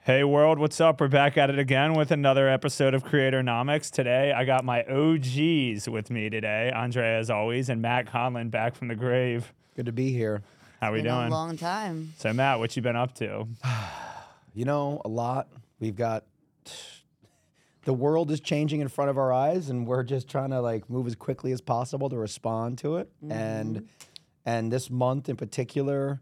Hey world, what's up? We're back at it again with another episode of Creatornomics. Today, I got my OGs with me today, Andre as always, and Matt Conlon back from the grave. Good to be here. How we been a doing? long time. so Matt, what you been up to? You know, a lot. We've got the world is changing in front of our eyes, and we're just trying to like move as quickly as possible to respond to it. And and this month in particular,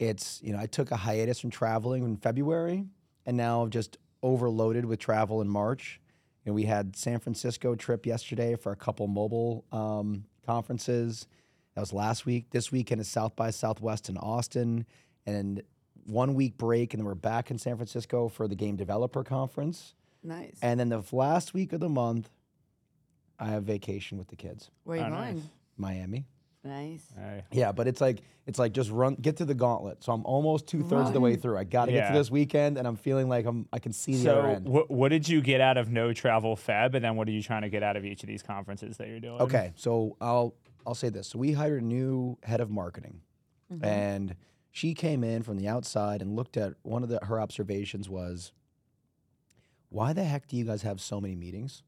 it's you know I took a hiatus from traveling in February, and now I'm just overloaded with travel in March. And we had San Francisco trip yesterday for a couple mobile um, conferences. That was last week. This weekend is South by Southwest in Austin, and one week break, and then we're back in San Francisco for the Game Developer Conference. Nice. And then the f- last week of the month, I have vacation with the kids, Where are you Oh, nice. going? Miami. Nice. Hey. Yeah, but it's like it's like just run, get to the gauntlet. So I'm almost two thirds of the way through. I got to get Yeah. to this weekend, and I'm feeling like I'm I can see the other So, end. wh- what did you get out of no travel Feb, and then what are you trying to get out of each of these conferences that you're doing? Okay, so I'll I'll say this. So we hired a new head of marketing, Mm-hmm. and she came in from the outside and looked at one of the, her observations was, why the heck do you guys have so many meetings?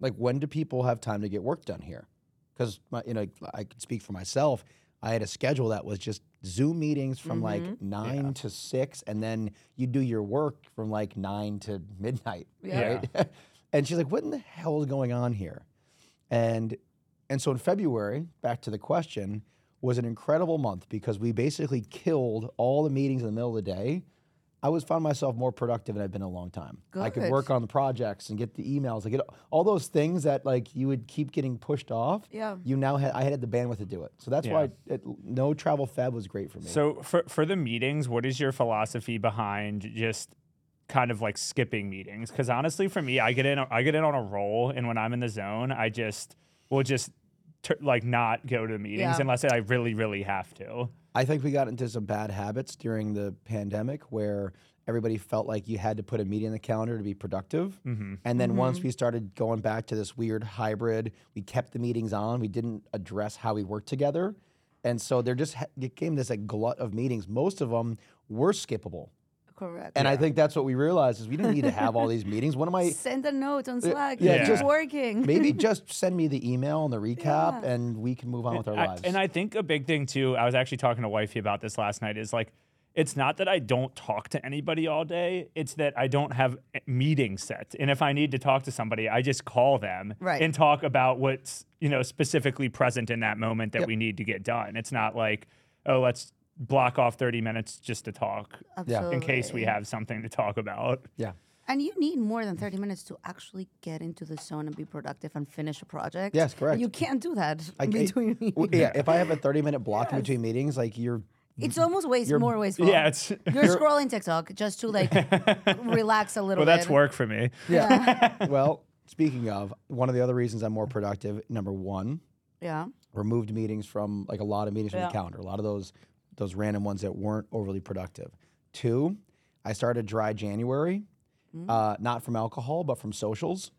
Like, when do people have time to get work done here? Because you know, I could speak for myself. I had a schedule that was just Zoom meetings from like nine to six, and then you do your work from like nine to midnight. Yeah. Right? and she's like, "What in the hell is going on here?" And and so in February, back to the question, was an incredible month because we basically killed all the meetings in the middle of the day. I was found myself more productive than I've been in a long time. I could Good. work on the projects and get the emails, I get all those things that like you would keep getting pushed off. Yeah. You now had I had the bandwidth to do it, so that's why it, no travel fab was great for me. So, for, for the meetings, what is your philosophy behind just kind of like skipping meetings? Because honestly, for me, I get in I get in on a roll, and when I'm in the zone, I just will just tur like not go to meetings Yeah. unless I really really have to. I think we got into some bad habits during the pandemic where everybody felt like you had to put a meeting in the calendar to be productive. Mm-hmm. And then once we started going back to this weird hybrid, we kept the meetings on. We didn't address how we worked together. And so there just ha- it came this like glut of meetings. Most of them were skippable. Correct. And I think that's what we realized is we didn't need to have all these meetings. One of my Send a note on Slack. Uh, yeah, Yeah, just- just working. maybe just send me the email and the recap and we can move on with our I- lives. and I think a big thing too, I was actually talking to wifey about this last night, is like it's not that I don't talk to anybody all day. It's that I don't have a- meetings set. And if I need to talk to somebody, I just call them Right. and talk about what's, you know, specifically present in that moment that we need to get done. It's not like, oh, let's block off 30 minutes just to talk Absolutely. in case we have something to talk about. yeah. And you need more than 30 minutes to actually get into the zone and be productive and finish a project. Yes, And correct. You can't do that I- I- between w- meetings. Yeah, if I have a 30 minute block in between meetings, like you're It's almost waste more wasteful. Yeah, it's you're, scrolling TikTok just to like relax a little well, that's bit. work for me. Yeah. well, speaking of, one of the other reasons I'm more productive, number one, Yeah. removed meetings from like a lot of meetings from Yeah. the calendar. A lot of those those random ones that weren't overly productive. Two, I started dry January, Hmm. uh, not from alcohol, but from socials.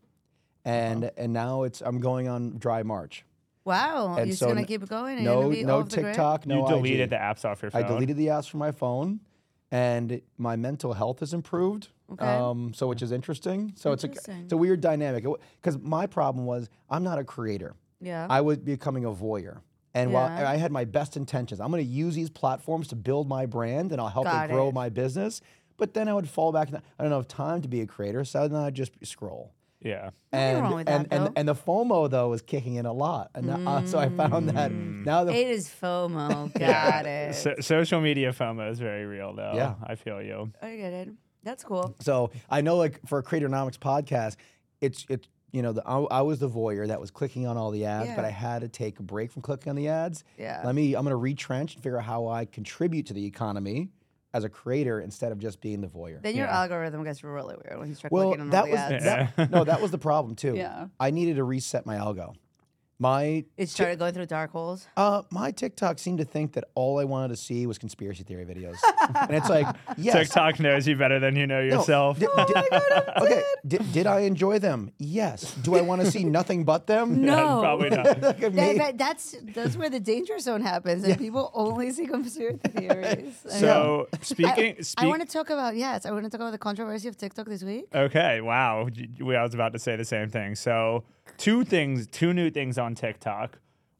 And and now it's I'm going on dry March. Wow. And you're just so gonna n- keep going. and you're No gonna be no off the grid? TikTok, no you deleted IG. the apps off your phone. I deleted the apps from my phone, and my mental health has improved. Okay. Um, so which is interesting. So it's a Interesting. it's a weird dynamic because my problem was I'm not a creator. Yeah. I was becoming a voyeur. And while Yeah. I had my best intentions, I'm going to use these platforms to build my brand and I'll help Got it grow it. my business. But then I would fall back. And I don't have time to be a creator, so then I'd just scroll. yeah. Nothing And wrong with and, that, and though. and the FOMO though was kicking in a lot, and uh, so I found that now the it is FOMO. Got it. So, social media FOMO is very real, though. Yeah. I feel you. I get it. That's Mm, cool. So I know, like for a Creatornomics podcast, it's it's you know the, I, I was the voyeur that was clicking on all the ads, but Yeah. I had to take a break from clicking on the ads. Yeah. Let me. I'm going to retrench and figure out how I contribute to the economy as a creator instead of just being the voyeur. Then your Yeah. algorithm gets really weird when you start well, clicking on all that the was ads. that, no, that was the problem too. Yeah. I needed to reset my algo. My It started going through dark holes. uh, my TikTok seemed to think that all I wanted to see was conspiracy theory videos, and it's like, yes, TikTok knows you better than you know no, yourself. di- di- okay, did, did I enjoy them? Yes. Do I want to see nothing but them? Yeah, No. probably not. Look at That, me. that- that's that's where the danger zone happens, and people only see conspiracy theories. I know. So speaking, I speak, want to talk about yes, I want to talk about the controversy of TikTok this week. Okay, wow. J- We I was about to say the same thing. So, two things, two new things on TikTok.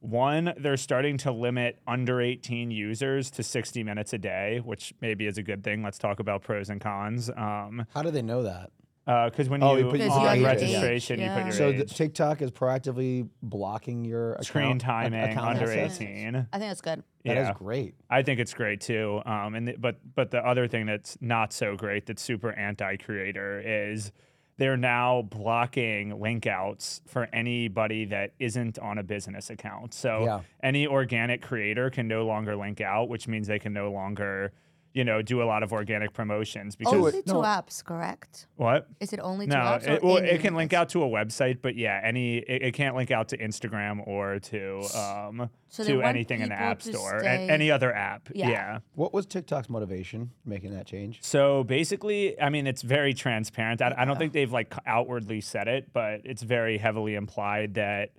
One, they're starting to limit under 18 users to 60 minutes a day, which maybe is a good thing. Let's talk about pros and cons. Um, How do they know that? because when Oh, you, you put your on age, yeah. registration, you Yeah. put your So age, the, TikTok is proactively blocking your account, screen ac- timing account under access? 18. I think that's good. That is yeah. great. I think it's great too. Um, and th- but but the other thing that's not so great that's super anti-creator is they're now blocking link outs for anybody that isn't on a business account. So Yeah. any organic creator can no longer link out, which means they can no longer, you know, do a lot of organic promotions because Oh, Only it- two no. apps, correct? what? Is it only two No, apps? or it, well, any it can link apps? out to a website, but yeah, any it, it can't link out to Instagram or to um So they to want anything in the people app to store, a- stay- any other app. Yeah. yeah. What was TikTok's motivation making that change? So basically, I mean, it's very transparent. I, I don't think they've like outwardly said it, but it's very heavily implied that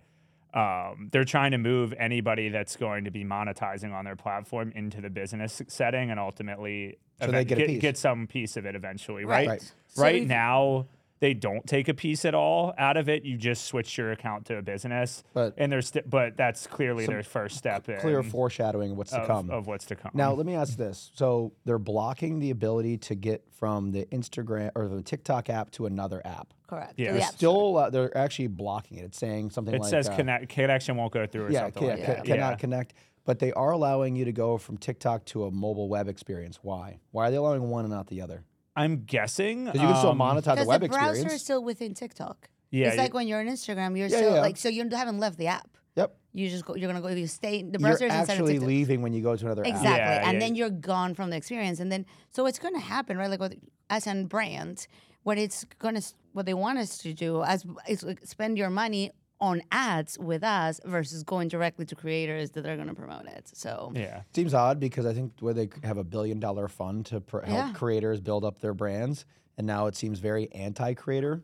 um, they're trying to move anybody that's going to be monetizing on their platform into the business setting, and ultimately, So they get a piece. some piece of it eventually, Right. right? Right. Right, So if- now. They don't take a piece at all out of it. You just switch your account to a business, But- and there's sti- but that's clearly Some their first step in Clear foreshadowing of what's to of, come. of what's to come. Now, let me ask this. So they're blocking the ability to get from the Instagram or the TikTok app to another app. Correct. Yeah. Yeah. They're The app store. Still, uh, they're actually blocking it. It's saying something it like says uh, connect, connection won't go through or Yeah, something ca- like ca- that. cannot Yeah. connect. But they are allowing you to go from TikTok to a mobile web experience. Why? Why are they allowing one and not the other? I'm guessing Because you can still um, monetize the Because web the browser is experience. still within TikTok. Yeah, It's you- like when you're on Instagram, you're Yeah, still yeah. like so you haven't left the app. Yep. You just go. You're gonna go. You stay. The browser You're is inside of actually TikTok. leaving when you go to another app. Exactly. Yeah, and yeah, then you're gone from the experience. And then, so it's going to happen, right? Like, with, as a brand, what it's going to, what they want us to do as is like spend your money on ads with us versus going directly to creators that are going to promote it. So, Yeah. Seems odd because I think where they c- have a billion dollar fund to pr- help Yeah. creators build up their brands, and now it seems very anti creator.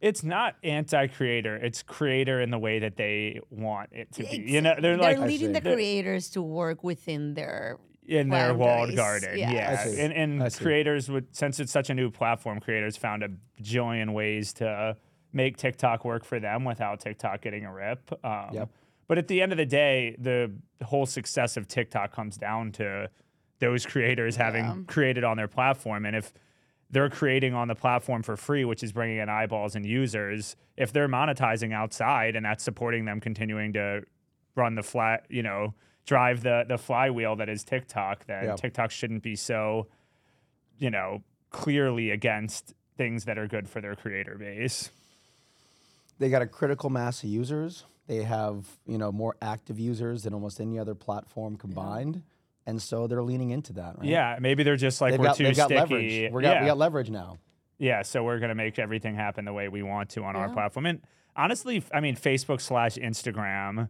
It's not anti-creator. It's creator in the way that they want it to be. You know, they're, they're like leading the They're creators to work within their. in their walled boundaries. garden. Yeah. Yeah. I see. And I and see. creators would since it's such a new platform, creators found a bajillion ways to make TikTok work for them without TikTok getting a rip. Um, Yep. But at the end of the day, the whole success of TikTok comes down to those creators having created on their platform. And if they're creating on the platform for free, which is bringing in eyeballs and users, if they're monetizing outside and that's supporting them continuing to run the flat, you know, drive the the flywheel that is TikTok, then Yeah. TikTok shouldn't be so, you know, clearly against things that are good for their creator base. They got a critical mass of users. They have you know more active users than almost any other platform combined, and so they're leaning into that. Right? Yeah, maybe they're just like they've we're got, too they've got sticky. leverage. We're got, yeah. We got leverage now. yeah, so we're gonna make everything happen the way we want to on our platform. And honestly, f- I mean, Facebook slash Instagram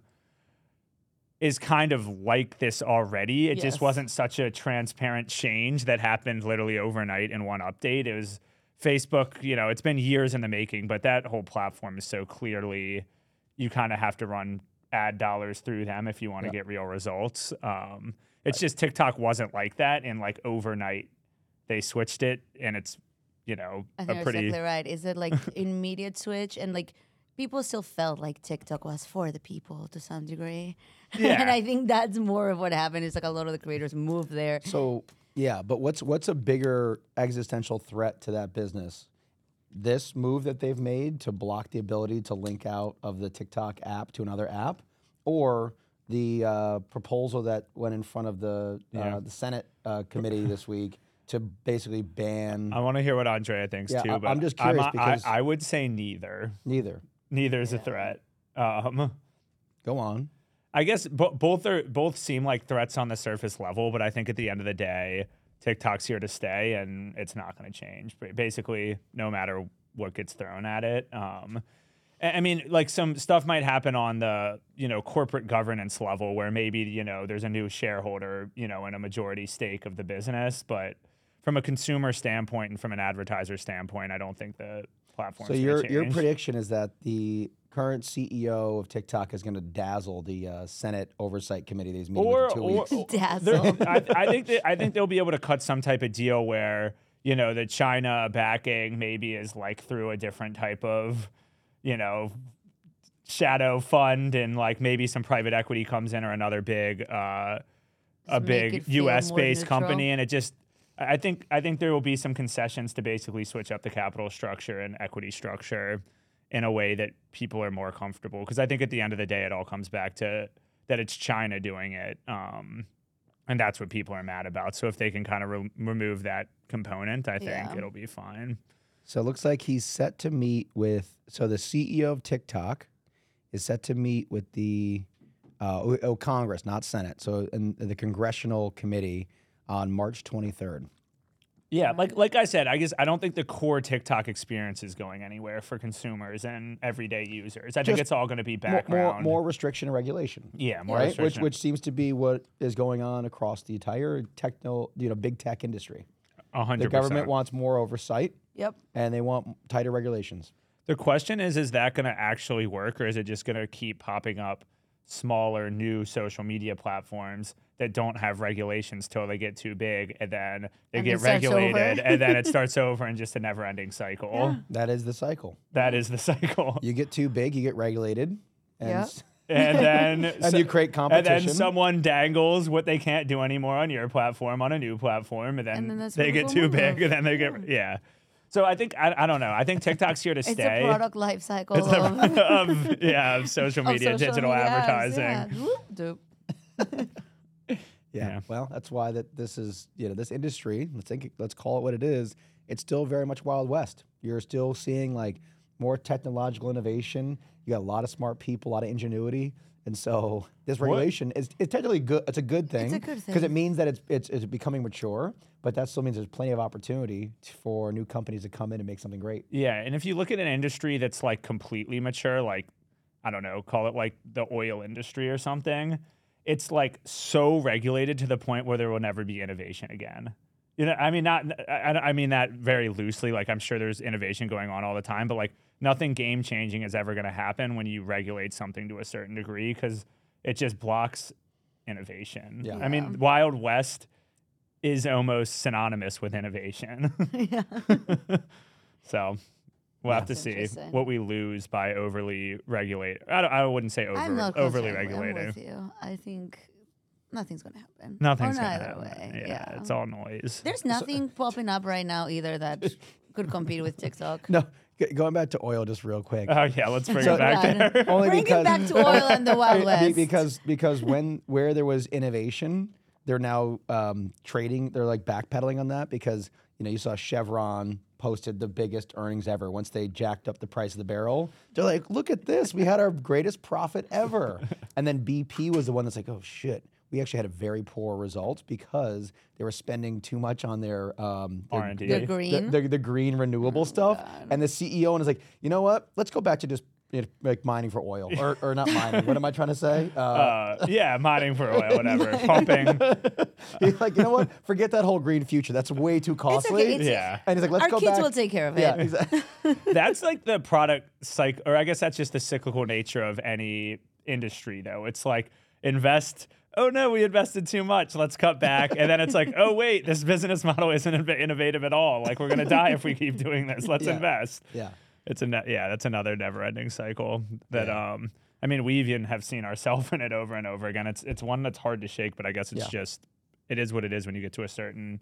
is kind of like this already. It Yes. just wasn't such a transparent change that happened literally overnight in one update. It was Facebook. You know, it's been years in the making, but that whole platform is so clearly you kind of have to run ad dollars through them if you want to get real results. Um, it's just TikTok wasn't like that, and like overnight they switched it, and it's you know I a think pretty you're exactly right. Is it like immediate switch and like people still felt like TikTok was for the people to some degree? and Yeah. I think that's more of what happened. Is like a lot of the creators moved there. So yeah, but what's what's a bigger existential threat to that business? This move that they've made to block the ability to link out of the TikTok app to another app, or the uh, proposal that went in front of the uh, the Senate uh, committee this week to basically ban I want to hear what Andrea thinks Yeah, too. I- but I'm just curious I- because- I, would say neither. neither. Neither is a threat. Um, Go on. I guess bo- both are both seem like threats on the surface level, but I think at the end of the day, TikTok's here to stay, and it's not going to change. Ba- Basically, no matter what gets thrown at it, um, I I mean, like some stuff might happen on the you know corporate governance level where maybe you know there's a new shareholder you know and a majority stake of the business, but from a consumer standpoint and from an advertiser standpoint, I don't think the platform. So your your prediction is that the current CEO of TikTok is going to dazzle the uh, Senate Oversight Committee that he's meeting with or, in two or, weeks. or- Dazzle. they're- I, I think that, I think they'll be able to cut some type of deal where you know the China backing maybe is like through a different type of you know shadow fund and like maybe some private equity comes in or another big uh, a Just make big it feel U.S. more based neutral. company and it just. I I think I think there will be some concessions to basically switch up the capital structure and equity structure in a way that people are more comfortable. Because I think at the end of the day, it all comes back to that it's China doing it, um, and that's what people are mad about. So if they can kind of re- remove that component, I think Yeah. it'll be fine. So it looks like he's set to meet with. So the CEO of TikTok is set to meet with the uh, oh, oh, Congress, not Senate. So in the Congressional Committee on March 23rd. Yeah, like like I said, I guess I don't think the core TikTok experience is going anywhere for consumers and everyday users. I think Just it's all going to be More, background. more, more restriction and regulation. yeah, more right, which restriction. which seems to be what is going on across the entire techno, you know, big tech industry. 100%. The government wants more oversight Yep. and they want tighter regulations. The question is, is that going to actually work, or is it just going to keep popping up smaller, new social media platforms that don't have regulations till they get too big, and then they And get it starts over. regulated, and then it starts over, and just a never-ending cycle. That is the cycle. That is the cycle, You get too big, you get regulated, and, Yeah. s- and then and so- you create and competition. then someone dangles what they can't do anymore on your platform on a new platform, and then, then that's they where get the too woman big, goes. and then they get yeah. So I think I, I don't know. I think TikTok's here to It's stay. a product life cycle It's of, the- of yeah, of social of media, social digital media apps, advertising. Yeah. Whoop, doop. Yeah. Yeah. Well, that's why that this is you know this industry. Let's think. Let's call it what it is. It's still very much Wild West. You're still seeing like more technological innovation. You got a lot of smart people, a lot of ingenuity, and so this regulation is it's technically good. It's a good thing. a good because it thing. means that it's, it's it's becoming mature. But that still means there's plenty of opportunity t- for new companies to come in and make something great. Yeah, and if you look at an industry that's like completely mature, like I don't know, call it like the oil industry or something, it's like so regulated to the point where there will never be innovation again. You know, I mean, not I, I I mean that very loosely. Like I'm sure there's innovation going on all the time, but like nothing game changing is ever going to happen when you regulate something to a certain degree because it just blocks innovation. Yeah. I mean, Wild West is almost synonymous with innovation. so we'll have to That's see interesting. what we lose by overly regulate. I, don't, I wouldn't say over, I'm not concerned. overly I'm regulating. with you. I think nothing's gonna happen. Nothing's or gonna neither happen. Oh, way. Yeah, it's all noise. There's nothing popping up right now either that could compete with TikTok. No, g- going back to oil just real quick. Oh yeah, let's bring So- it back Yeah, there. Only Bring because it back to oil and the Wild Be- West. because because when where there was innovation, they're now um, trading. They're like backpedaling on that because you know you saw Chevron posted the biggest earnings ever once they jacked up the price of the barrel. They're like, look at this, we had our greatest profit ever. And then BP was the one that's like, oh shit. We actually had a very poor result because they were spending too much on their um, their- R&D. their- The the, green. the, the green renewable Oh, stuff. And the CEO and is like, you know what? Let's go back to just you know, like mining for oil or, or not mining. what am I trying to say? Uh, Uh, yeah, mining for oil, whatever. Pumping. he's like, you know what? Forget that whole green future. That's way too it's costly. okay. It's, Yeah. And he's like, let's our go kids back. will take care of it. yeah, exactly. that's like the product cycle, or I guess that's just the cyclical nature of any industry, though. It's like invest. Oh no, we invested too much. Let's cut back, and then it's like, oh wait, this business model isn't inno- innovative at all. Like we're gonna die if we keep doing this. Let's Yeah. invest. yeah. It's a ne- yeah, that's another never-ending cycle that um I mean we even have seen ourselves in it over and over again. It's it's one that's hard to shake, but I guess it's Yeah. just it is what it is when you get to a certain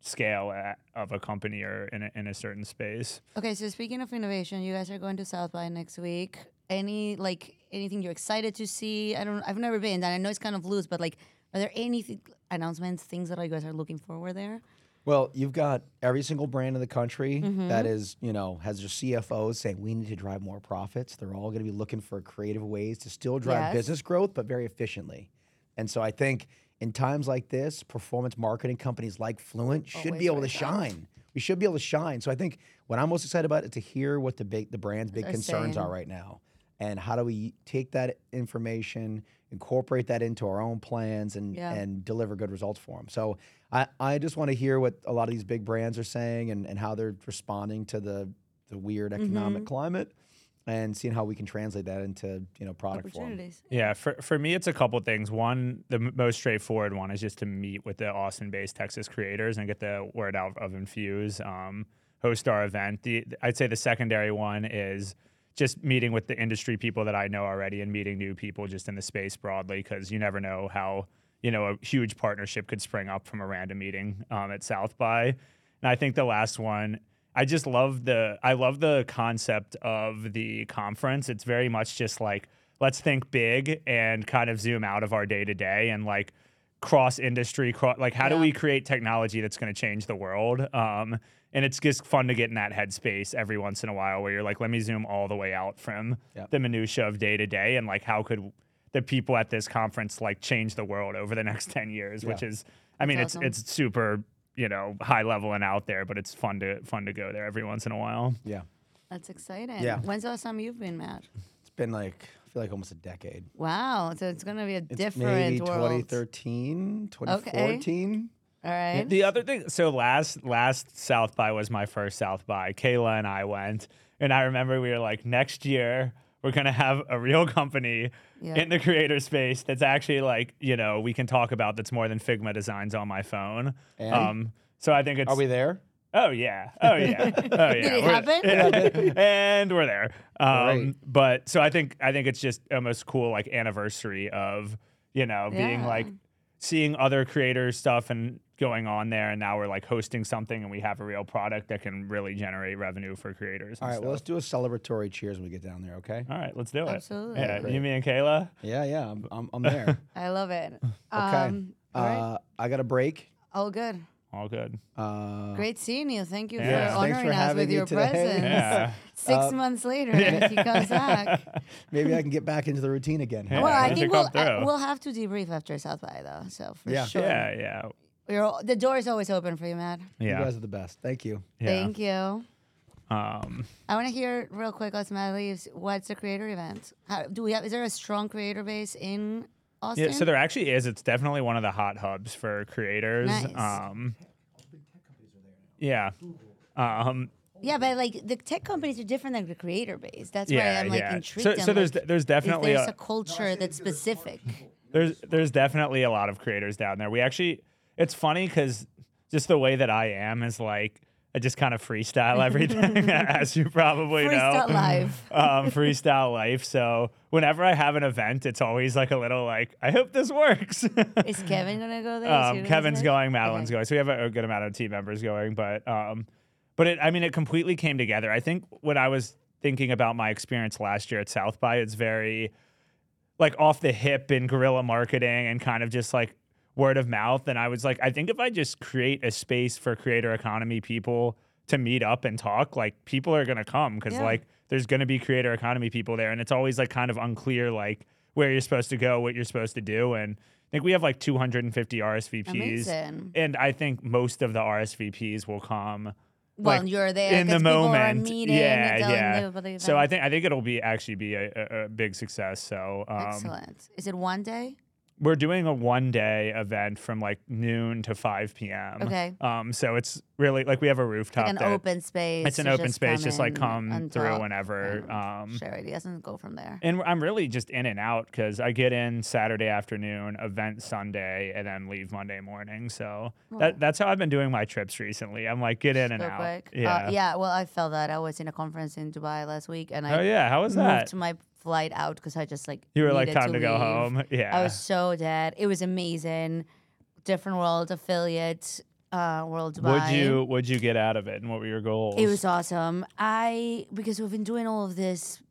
scale at, of a company or in a, in a certain space. Okay, so speaking of innovation, you guys are going to South by next week. Any like anything you're excited to see? I don't. I've never been, and I know it's kind of loose, but like, are there anything announcements, things that you guys are looking forward there? Well, you've got every single brand in the country Mm-hmm. that is, you know, has their CFOs saying we need to drive more profits. They're all going to be looking for creative ways to still drive Yes. business growth, but very efficiently. And so I think in times like this, performance marketing companies like Fluent should be Always able to like that. shine. we should be able to shine. So I think what I'm most excited about is to hear what the big the brand's big They're concerns saying. are right now, and how do we take that information, incorporate that into our own plans, and Yeah. and deliver good results for them. So I I just want to hear what a lot of these big brands are saying and and how they're responding to the the weird economic Mm-hmm. climate. And seeing how we can translate that into you know product form. opportunities. Yeah, for, for me, it's a couple things. One, the m- most straightforward one is just to meet with the Austin based Texas creators and get the word out of Infuse, um, host our event. The, I'd say the secondary one is just meeting with the industry people that I know already and meeting new people just in the space broadly because you never know how you know a huge partnership could spring up from a random meeting um, at South by. And I think the last one, I just love the I love the concept of the conference. It's very much just like let's think big and kind of zoom out of our day to day and like cross industry, cross, like how do Yeah. we create technology that's going to change the world? Um, and it's just fun to get in that headspace every once in a while where you're like, let me zoom all the way out from Yep. the minutia of day to day and like how could the people at this conference like change the world over the next 10 years which is i mean That's it's it's super you know high level and out there but it's fun to fun to go there every once in a while Yeah, That's exciting. Yeah. When's the last time you've been mad? it's been like I feel like almost a decade. Wow. So it's gonna be a It's different maybe world. 2013, 2014. All right. The other thing, so last last South by was my first South by. Kayla and I went, and I remember we were like, next year we're gonna have a real company Yeah. in the creator space that's actually like, you know, we can talk about that's more than Figma designs on my phone. And? Um, so I think it's. Are we there? Oh yeah. Oh yeah. Oh yeah. Did We're- it happen? and we're there. Um, Great. But so I think I think it's just almost cool like anniversary of you know being Yeah. like seeing other creators stuff and going on there, and now we're like hosting something, and we have a real product that can really generate revenue for creators. All and right, well, let's stuff. do a celebratory cheers when we get down there, okay? All right, let's do it. Absolutely. Yeah, Great. you, me, and Kayla. Yeah, yeah, I'm, I'm, I'm there. okay. I love it. Um, all right. uh, I got a break. All good. All good. Uh, Great seeing you. Thank you Yeah. for Thanks for honoring us having with me your today. Uh, presence. Yeah. Six months later, if he comes back. Maybe I can get back into the routine again. Yeah. well, I you think should we'll, come I, through. we'll have to debrief after South by, though. So for Yeah. sure. Yeah. Yeah. You're, al- the door is always open for you, Matt. Yeah. You guys are the best. Thank you. yeah. Thank you. Um, I want to hear real quick, as Matt leaves, what's the creator event? How, do we have? Is there a strong creator base in Austin? Yeah, so there actually is. It's definitely one of the hot hubs for creators. Nice. Um, yeah. Um, Yeah, but like the tech companies are different than the creator base. That's why yeah, I'm like yeah. intrigued. So, I'm so there's like, there's if definitely there's a- a culture that's specific. there's there's definitely a lot of creators down there. We actually it's funny because just the way that I am is like I just kind of freestyle everything, as you probably Freestyle know. life. um, freestyle life. So whenever I have an event, it's always like a little like I hope this works. Is Kevin gonna go there? Is he Um, gonna Kevin's go? going, Madeline's Okay. going. So we have a, a good amount of team members going, but um, but it, I mean, it completely came together. I think when I was thinking about my experience last year at South by, it's very like off the hip in guerrilla marketing and kind of just like word of mouth. And I was like, I think if I just create a space for creator economy people to meet up and talk, like people are gonna come because Yeah. like there's gonna be creator economy people there, and it's always like kind of unclear like where you're supposed to go, what you're supposed to do, and I think we have like 250 RSVPs, Amazing. and I think most of the RSVPs will come Well, like, you're there in the 'cause people are moment. meeting and yeah, telling you about yeah. the So I event. think I think it'll be actually be a, a, a big success. So um, Excellent. Is it one day? we're doing a one day event from like noon to 5 p.m. Okay. Um, so it's really like we have a rooftop. Like an that- open space. It's an to open space, come just like in come and through talk whenever. and Um, share ideas and go from there. and I'm really just in and out because I get in Saturday afternoon, event Sunday, and then leave Monday morning. So that that's how I've been doing my trips recently. I'm like get in and So out. quick. Yeah. Uh, yeah. Well, I felt that I was in a conference in Dubai last week, and I Oh yeah. How was moved that? to my flight out because I just like You were like needed time to, go leave. home. Yeah. I was so dead. It was amazing. Different world affiliate, uh, world would Dubai. you would you get out of it and what were your goals? It was awesome. I because we've been doing all of this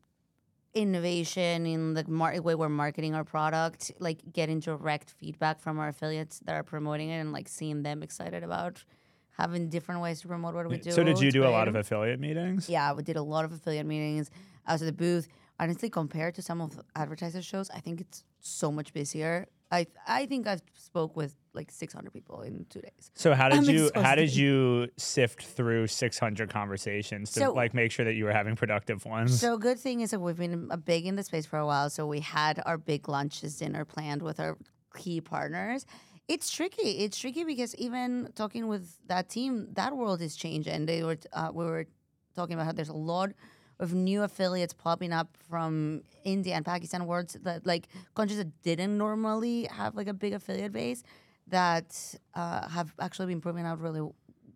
innovation in the mar- way we're marketing our product, like getting direct feedback from our affiliates that are promoting it and like seeing them excited about having different ways to promote what we do. so did you It's do a lot great. of affiliate meetings? Yeah, we did a lot of affiliate meetings. I was at the booth. Honestly, compared to some of the advertiser shows, I think it's so much busier I I think I've spoke with like 600 people in two days. So how did I'm you how did exhausted. you sift through 600 conversations to So- like make sure that you were having productive ones? So good thing is that we've been uh, big in the space for a while. So we had our big lunches dinner planned with our key partners. It's tricky. It's tricky because even talking with that team, that world is changing. They were uh, we were talking about how there's a lot of new affiliates popping up from India and Pakistan, worlds that like countries that didn't normally have like a big affiliate base that uh, have actually been proving out really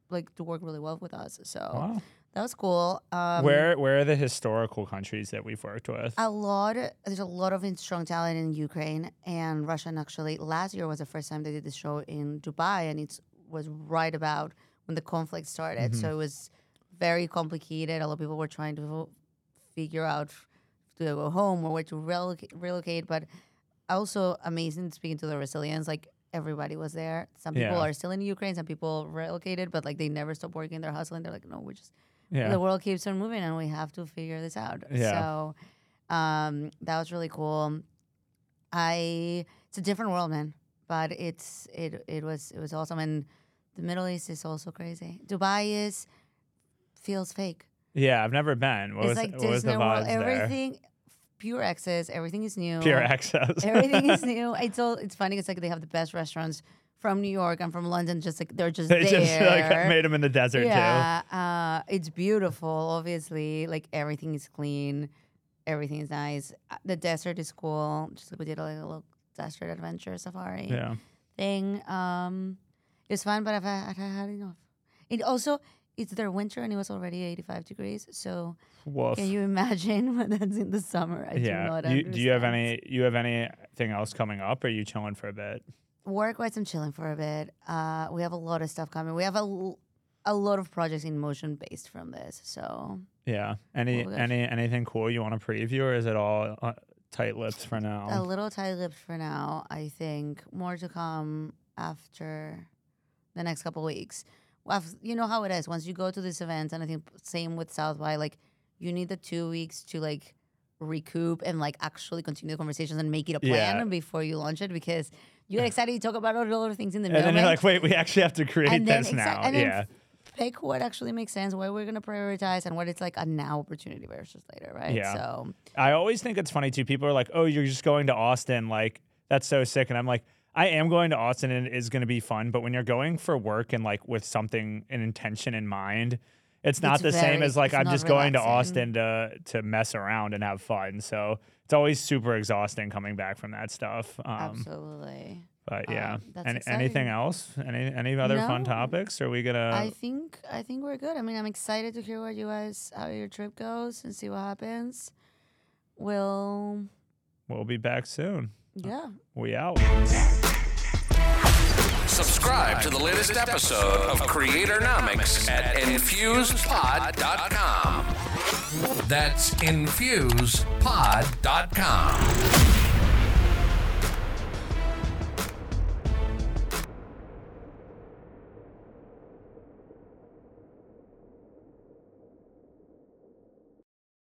like to work really well with us. So Wow. that was cool. Um, where where are the historical countries that we've worked with? a lot. There's a lot of strong talent in Ukraine and Russia. And actually, last year was the first time they did the show in Dubai, and it was right about when the conflict started. So it was very complicated. A lot of people were trying to figure out do they go home or where to relocate. relocate. But also amazing speaking to the resilience. Like everybody was there. Some people Yeah. are still in Ukraine. Some people relocated, but like they never stop working. They're hustling. They're like, no, we just yeah. the world keeps on moving and we have to figure this out. Yeah. So um, that was really cool. I it's a different world, man, but it's it it was it was awesome. And the Middle East is also crazy. Dubai is feels fake. yeah, I've never been. What it's was like what Disney was the World. vibes there? Everything pure excess. Everything is new. Pure access. Everything is new. It's all it's funny. It's like they have the best restaurants from New York and from London. Just like they're just they there. just like made them in the desert too. Yeah, uh, it's beautiful. Obviously, like everything is clean, everything is nice. Uh, The desert is cool. Just we did like a little desert adventure safari Yeah. thing. Um, it was fun, but I've had, I've had enough. It also it's their winter and it was already 85 degrees. So Woof. can you imagine when that's in the summer? I do yeah. not you, do you have understand. any you have anything else coming up or are you chilling for a bit? work wise, I'm chilling for a bit. Uh, we have a lot of stuff coming. We have a l- a lot of projects in motion based from this. So Yeah. Any Well, that's- any anything cool you want to preview or is it all uh, tight lips for a now? little tight-lipped for now. I think more to come after the next couple weeks. Well, I've- you know how it is. Once you go to these events, and I think same with South by, like you need the two weeks to like recoup and like actually continue the conversations and make it a plan Yeah. before you launch it because you get excited, you talk about all the other things in the and moment then you're like, wait, we actually have to create and then, this exa- now. and then yeah. pick what actually makes sense, what we're gonna prioritize, and what it's like a now opportunity versus later, right? Yeah. So I always think it's funny too. People are like, "Oh, you're just going to Austin, like that's so sick," and I'm like, "I am going to Austin, and it is going to be fun." But when you're going for work and like with something an intention in mind, it's not It's the same very- as like it's I'm not just going to Austin relaxing. to to mess around and have fun. So it's always super exhausting coming back from that stuff. Um, absolutely. but yeah, Um, that's Any- exciting. anything else? Any any other fun No. topics? Are we gonna? I think I think we're good. I mean, I'm excited to hear what you guys how your trip goes and see what happens. We'll we'll be back soon. yeah. We out. Subscribe to the latest episode of Creatornomics at infusepod.com. That's infusepod.com.